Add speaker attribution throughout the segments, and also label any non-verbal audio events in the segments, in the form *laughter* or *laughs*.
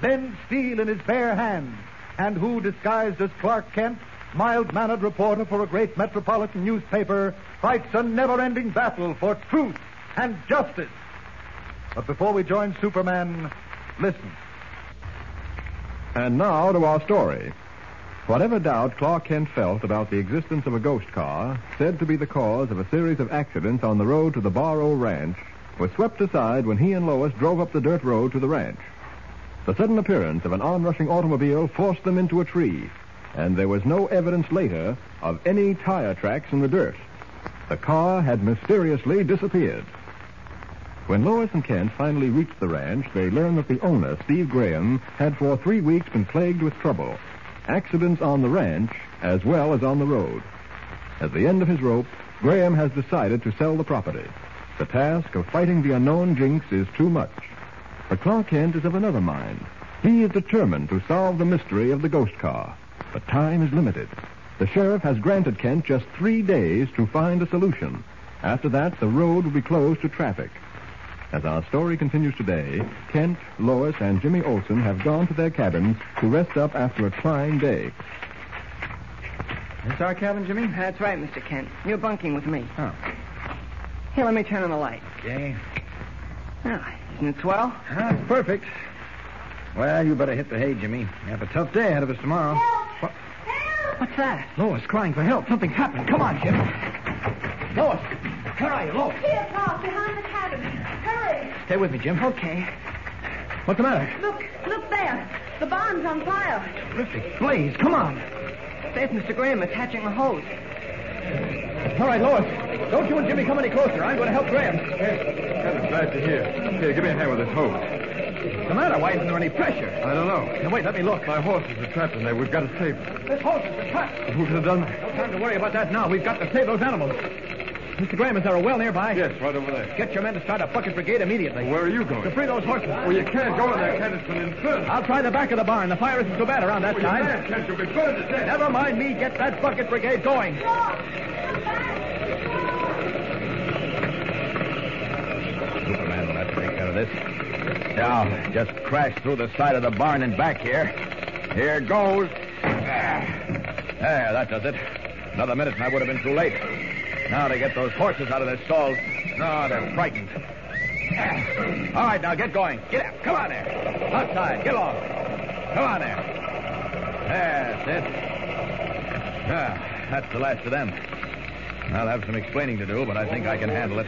Speaker 1: bend steel in his bare hands, and who, disguised as Clark Kent, mild-mannered reporter for a great metropolitan newspaper, fights a never-ending battle for truth and justice. But before we join Superman, listen. And now to our story. Whatever doubt Clark Kent felt about the existence of a ghost car, said to be the cause of a series of accidents on the road to the Barrow Ranch, was swept aside when he and Lois drove up the dirt road to the ranch. The sudden appearance of an onrushing automobile forced them into a tree, and there was no evidence later of any tire tracks in the dirt. The car had mysteriously disappeared. When Lois and Kent finally reached the ranch, they learned that the owner, Steve Graham, had for three weeks been plagued with trouble. Accidents on the ranch as well as on the road. At the end of his rope, Graham has decided to sell the property. The task of fighting the unknown jinx is too much. But Clark Kent is of another mind. He is determined to solve the mystery of the ghost car. But time is limited. The sheriff has granted Kent just three days to find a solution. After that, the road will be closed to traffic. As our story continues today, Kent, Lois, and Jimmy Olsen have gone to their cabins to rest up after a trying day.
Speaker 2: That's our cabin, Jimmy? That's right, Mr. Kent. You're bunking with me.
Speaker 1: Oh,
Speaker 2: Here, let me turn on the light.
Speaker 1: okay.
Speaker 2: Ah, isn't it swell?
Speaker 1: That's perfect. Well, you better hit the hay, Jimmy. We have a tough day ahead of us tomorrow. What?
Speaker 2: What's that?
Speaker 1: Lois crying for help. Something's happened. Come on, Jim. Lois, where are you, Lois?
Speaker 3: Here, Clark, behind the cabin. Hurry.
Speaker 1: Stay with me, Jim.
Speaker 2: Okay.
Speaker 1: What's the matter?
Speaker 3: Look, look there. The barn's on fire.
Speaker 1: Terrific blaze. Come on.
Speaker 2: There's Mr. Graham attaching the hose.
Speaker 1: All right, Lois. Don't you and Jimmy come any closer. I'm going to help Graham. Kind of glad to hear. Here, give me a hand with this hose. What's the matter? Why isn't there any pressure? I don't know. Now, wait, let me look. My horse is trapped in there. We've got to save it. This horse is trapped. Who could have done that? No time to worry about that now. We've got to save those animals. Mr. Graham, is there a well nearby?
Speaker 4: Yes, right over there.
Speaker 1: Get your men to start a bucket brigade immediately.
Speaker 4: Where are you going?
Speaker 1: To free those horses.
Speaker 4: Well, you can't go in there, Kent. It's an inferno.
Speaker 1: I'll try the back of the barn. The fire isn't so bad around that
Speaker 4: Well, you
Speaker 1: side.
Speaker 4: can't, Kent. You'll be burned to death.
Speaker 1: Never mind me. Get that bucket brigade going.
Speaker 5: Superman will have to take care of this. Now, just crash through the side of the barn and back here. Here goes. Ah. There, that does it. Another minute and I would have been too late. Now to get those horses out of their stalls. No, they're frightened. Ah. All right, now get going. Get up. Come on there. Outside. Get along. Come on there. That's it. Ah, that's the last of them. I'll have some explaining to do, but I think I can handle it.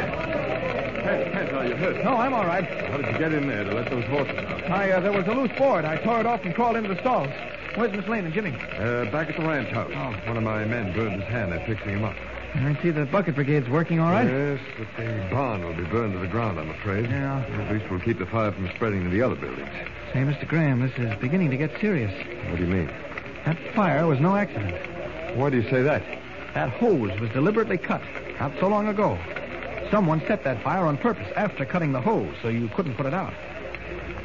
Speaker 4: Kent, Kent, are you hurt?
Speaker 1: No, I'm all right.
Speaker 4: How did you get in there to let those horses out?
Speaker 1: I, uh, there was a loose board. I tore it off and crawled into the stalls. Where's Miss Lane and Jimmy?
Speaker 4: Uh, back at the ranch house.
Speaker 1: Oh.
Speaker 4: One of my men burned his hand. They're fixing him up.
Speaker 1: I see the bucket brigade's working all right.
Speaker 4: Yes, but the barn will be burned to the ground, I'm afraid.
Speaker 1: Yeah.
Speaker 4: At least we'll keep the fire from spreading to the other buildings.
Speaker 1: Say, Mr. Graham, this is beginning to get serious.
Speaker 4: What do you mean?
Speaker 1: That fire was no accident.
Speaker 4: Why do you say that?
Speaker 1: That hose was deliberately cut not so long ago. Someone set that fire on purpose after cutting the hose so you couldn't put it out.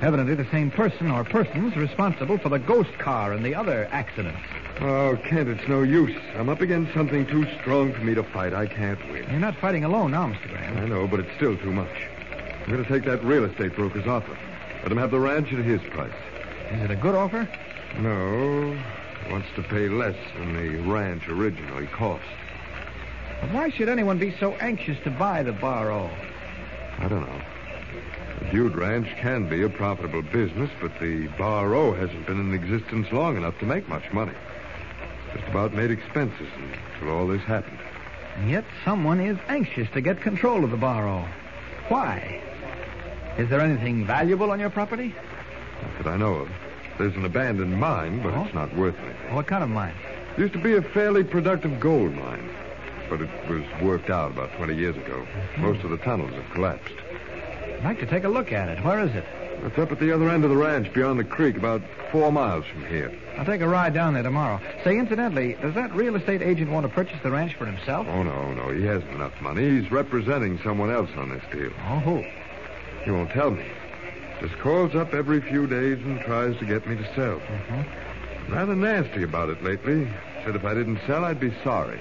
Speaker 1: Evidently, the same person or persons responsible for the ghost car and the other accidents.
Speaker 4: Oh, Kent, it's no use. I'm up against something too strong for me to fight. I can't win.
Speaker 1: You're not fighting alone now, Mr. Graham.
Speaker 4: I know, but it's still too much. I'm going to take that real estate broker's offer. Let him have the ranch at his price.
Speaker 1: Is it a good offer?
Speaker 4: No. Wants to pay less than the ranch originally cost.
Speaker 1: But why should anyone be so anxious to buy the Barrow?
Speaker 4: I don't know. The Butte Ranch can be a profitable business, but the Bar O hasn't been in existence long enough to make much money. Just about made expenses until all this happened.
Speaker 6: And yet someone is anxious to get control of the barrow. Why? Is there anything valuable on your property?
Speaker 4: Not that I know of. There's an abandoned mine, but it's not worth anything.
Speaker 6: What kind of mine?
Speaker 4: Used to be a fairly productive gold mine, but it was worked out about 20 years ago. Most of the tunnels have collapsed.
Speaker 6: I'd like to take a look at it. Where is it?
Speaker 4: It's up at the other end of the ranch beyond the creek, about four miles from here.
Speaker 6: I'll take a ride down there tomorrow. Say, incidentally, does that real estate agent want to purchase the ranch for himself?
Speaker 4: Oh, no, no. He hasn't enough money. He's representing someone else on this deal.
Speaker 6: Oh, who?
Speaker 4: He won't tell me. Just calls up every few days and tries to get me to sell. Rather nasty about it lately. Said if I didn't sell, I'd be sorry.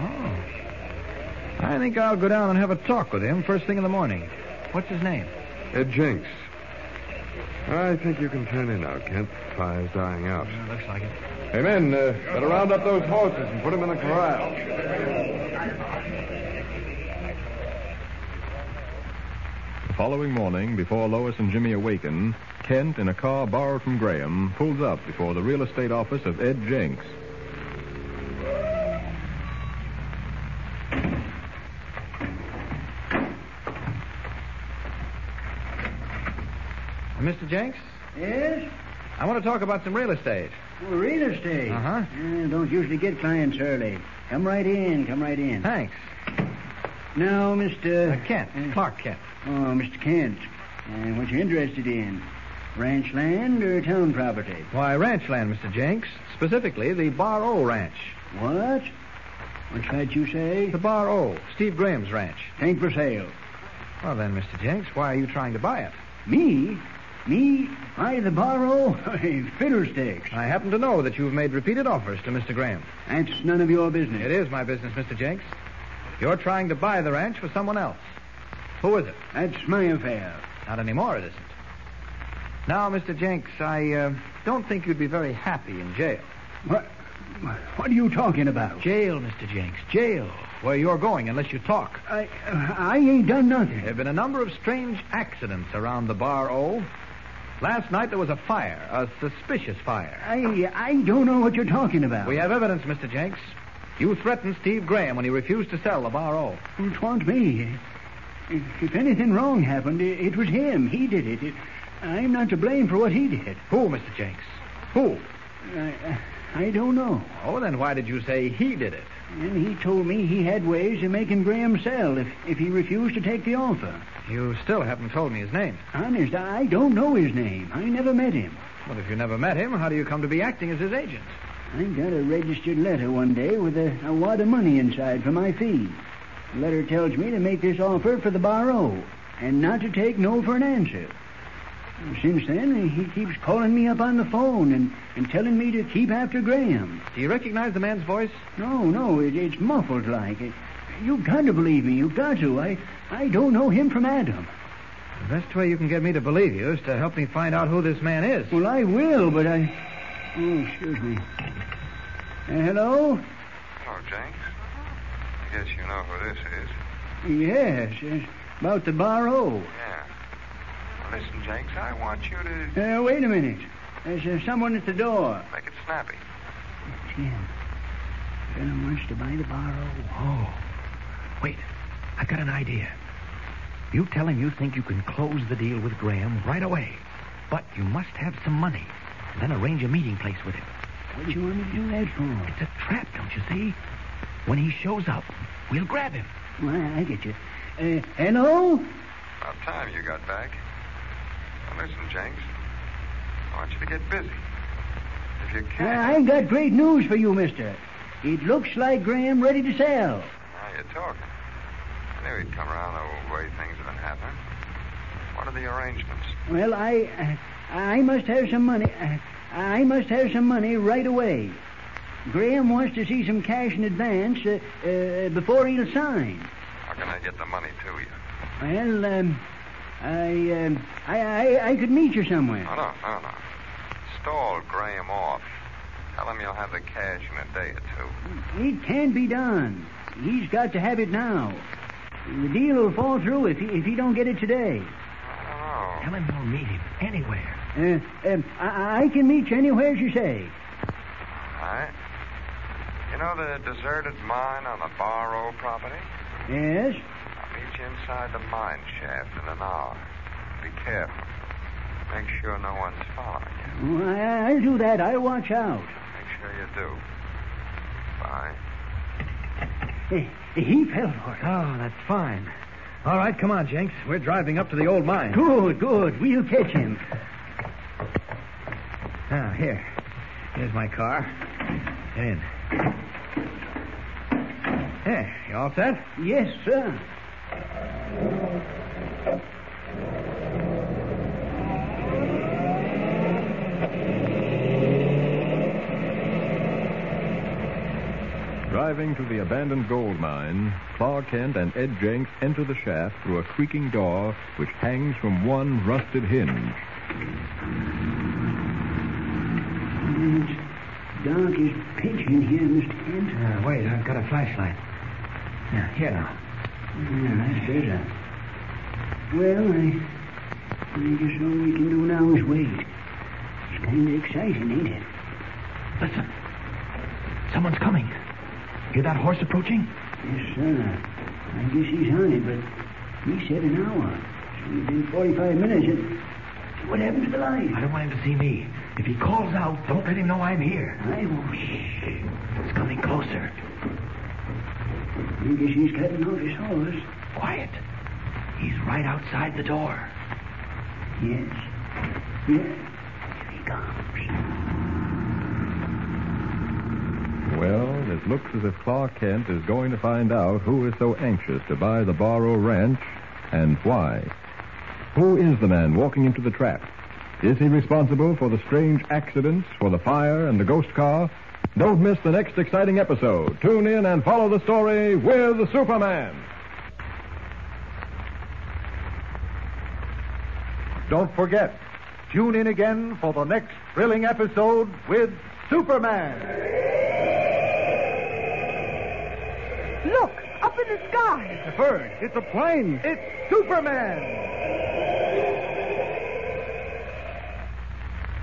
Speaker 6: Oh. I think I'll go down and have a talk with him first thing in the morning. What's his name?
Speaker 4: Ed Jenks. I think you can turn in now, Kent. Fire's dying out.
Speaker 6: Uh, looks like it.
Speaker 4: Hey, men, uh, better round up those horses and put them in the corral.
Speaker 7: The following morning, before Lois and Jimmy awaken, Kent, in a car borrowed from Graham, pulls up before the real estate office of Ed Jenks.
Speaker 6: Mr. Uh, Jenks,
Speaker 8: Yes?
Speaker 6: I want to talk about some real estate.
Speaker 8: Well, real estate.
Speaker 6: Uh-huh.
Speaker 8: Yeah, don't usually get clients early. Come right in, come right in.
Speaker 6: Thanks.
Speaker 8: Now, Mr.
Speaker 6: Uh, Kent,
Speaker 8: Uh,
Speaker 6: Clark Kent.
Speaker 8: Oh, Mr. Kent. Uh, what you interested in? Ranch land or town property?
Speaker 6: Why, ranch land, Mr. Jenks. Specifically, the Bar O Ranch.
Speaker 8: What? What's that you say?
Speaker 6: The Bar O, Steve Graham's ranch.
Speaker 8: Tank for sale.
Speaker 6: Well, then, Mr. Jenks, why are you trying to buy it?
Speaker 8: Me? Me? I the borrow? *laughs* Fiddlesticks.
Speaker 6: I happen to know that you've made repeated offers to Mr. Graham.
Speaker 8: That's none of your
Speaker 6: It
Speaker 8: business.
Speaker 6: is my business, Mr. Jenks. You're trying to buy the ranch for someone else. Who is it?
Speaker 8: That's my affair.
Speaker 6: Not anymore, it isn't. Now, Mr. Jenks, I uh, don't think you'd be very happy in jail.
Speaker 8: What? What are you talking about?
Speaker 6: Jail, Mr. Jenks, jail. Where you're going unless you talk.
Speaker 8: I, I ain't done nothing.
Speaker 6: There have been a number of strange accidents around the Bar O. Last night there was a fire, a suspicious fire.
Speaker 8: I I don't know what you're talking about.
Speaker 6: We have evidence, Mr. Jenks. You threatened Steve Graham when he refused to sell the Bar oh. O.
Speaker 8: It wasn't me. If, if anything wrong happened, it, it was him. He did it. It- I'm not to blame for what he did.
Speaker 6: Who, Mr. Jenks? Who?
Speaker 8: I, I don't know.
Speaker 6: Oh, then why did you say he did it?
Speaker 8: And he told me he had ways of making Graham sell if, if he refused to take the offer.
Speaker 6: You still haven't told me his name.
Speaker 8: Honest, I don't know his name. I never met him.
Speaker 6: Well, if you never met him, how do you come to be acting as his agent?
Speaker 8: I got a registered letter one day with a, a wad of money inside for my fee. The letter tells me to make this offer for the Bar O and not to take no for an answer. Since then, he keeps calling me up on the phone and, and telling me to keep after Graham.
Speaker 6: Do you recognize the man's voice?
Speaker 8: No, no, it, it's muffled like. It, you've got to believe me. You've got to. I, I don't know him from Adam.
Speaker 6: The best way you can get me to believe you is to help me find out who this man is.
Speaker 8: Well, I will, but I. Oh, excuse me. Uh, hello?
Speaker 4: Hello, Jenks. I guess you know who this is.
Speaker 8: Yes, yes. About the Bar O.
Speaker 4: Yeah. Listen, Jenks, I want you to
Speaker 8: Uh, wait a minute. There's uh, someone at the door.
Speaker 4: make it snappy.
Speaker 8: It's him. Graham wants to buy the Bar O.
Speaker 6: Oh. Wait. I've got an idea. You tell him you think you can close the deal with Graham right away. But you must have some money. And then arrange a meeting place with him.
Speaker 8: What do you want me to do that for?
Speaker 6: It's a trap, don't you see? When he shows up, we'll grab him.
Speaker 8: Why, I get you. Uh, hello?
Speaker 4: About time you got back. Now, listen, Jenks. I want you to get busy. If you
Speaker 8: Uh,
Speaker 4: can.
Speaker 8: I've got great news for you, mister. It looks like Graham ready to sell.
Speaker 4: Now you're talking. I knew he'd come around the way things have been happening. What are the arrangements?
Speaker 8: Well, I, uh, I must have some money. Uh, I must have some money right away. Graham wants to see some cash in advance uh, uh, before he'll sign.
Speaker 4: How can I get the money to you?
Speaker 8: Well, um, I, um, I, I, I could meet you somewhere.
Speaker 4: No, no, no, no. Stall Graham off. Tell him you'll have the cash in a day or two.
Speaker 8: It can be done. He's got to have it now. The deal will fall through if he, if he don't get it today.
Speaker 9: Oh.
Speaker 6: Tell him we'll meet him anywhere.
Speaker 8: Uh, um, I, I can meet you anywhere you say.
Speaker 9: All right. You know the deserted mine on the Barrow property?
Speaker 8: Yes?
Speaker 9: I'll meet you inside the mine shaft in an hour. Be careful. Make sure no one's following you.
Speaker 8: Oh, I, I'll do that. I'll watch out.
Speaker 9: Make sure you do. Bye.
Speaker 8: Eh, He fell for it.
Speaker 6: Oh, that's fine. All right, come on, Jenks. We're driving up to the old mine.
Speaker 8: Good, good. We'll catch him.
Speaker 6: Now, Ah, here. Here's my car. Get in. Hey, you all set?
Speaker 8: Yes, sir.
Speaker 1: Driving to the abandoned gold mine, Clark Kent and Ed Jenks enter the shaft through a creaking door which hangs from one rusted hinge.
Speaker 8: It's dark as pitch in here, Mr. Kent.
Speaker 6: Uh, wait, I've got a flashlight. Now, here now.
Speaker 8: Yeah, that says that. Well, I, I guess all we can do now is wait. It's kind of exciting, ain't it?
Speaker 6: Listen. Someone's coming. Hear that horse approaching?
Speaker 8: Yes, sir. I guess he's on it, but he said an hour. So it's been 45 minutes. And what happened to the
Speaker 6: I
Speaker 8: light?
Speaker 6: don't want him to see me. If he calls out, don't let him know I'm here.
Speaker 8: I oh, won't. Shh.
Speaker 6: It's coming closer.
Speaker 8: I guess he's cutting off his horse.
Speaker 6: Quiet. He's right outside the door.
Speaker 8: Yes. Yeah. Here he comes.
Speaker 1: Well, it looks as if Clark Kent is going to find out who is so anxious to buy the Barrow Ranch and why. Who is the man walking into the trap? Is he responsible for the strange accidents, for the fire and the ghost car? Don't miss the next exciting episode. Tune in and follow the story with the Superman.
Speaker 10: Don't forget, tune in again for the next thrilling episode with Superman.
Speaker 11: Look, up in the sky.
Speaker 10: It's a bird. It's a plane. It's Superman.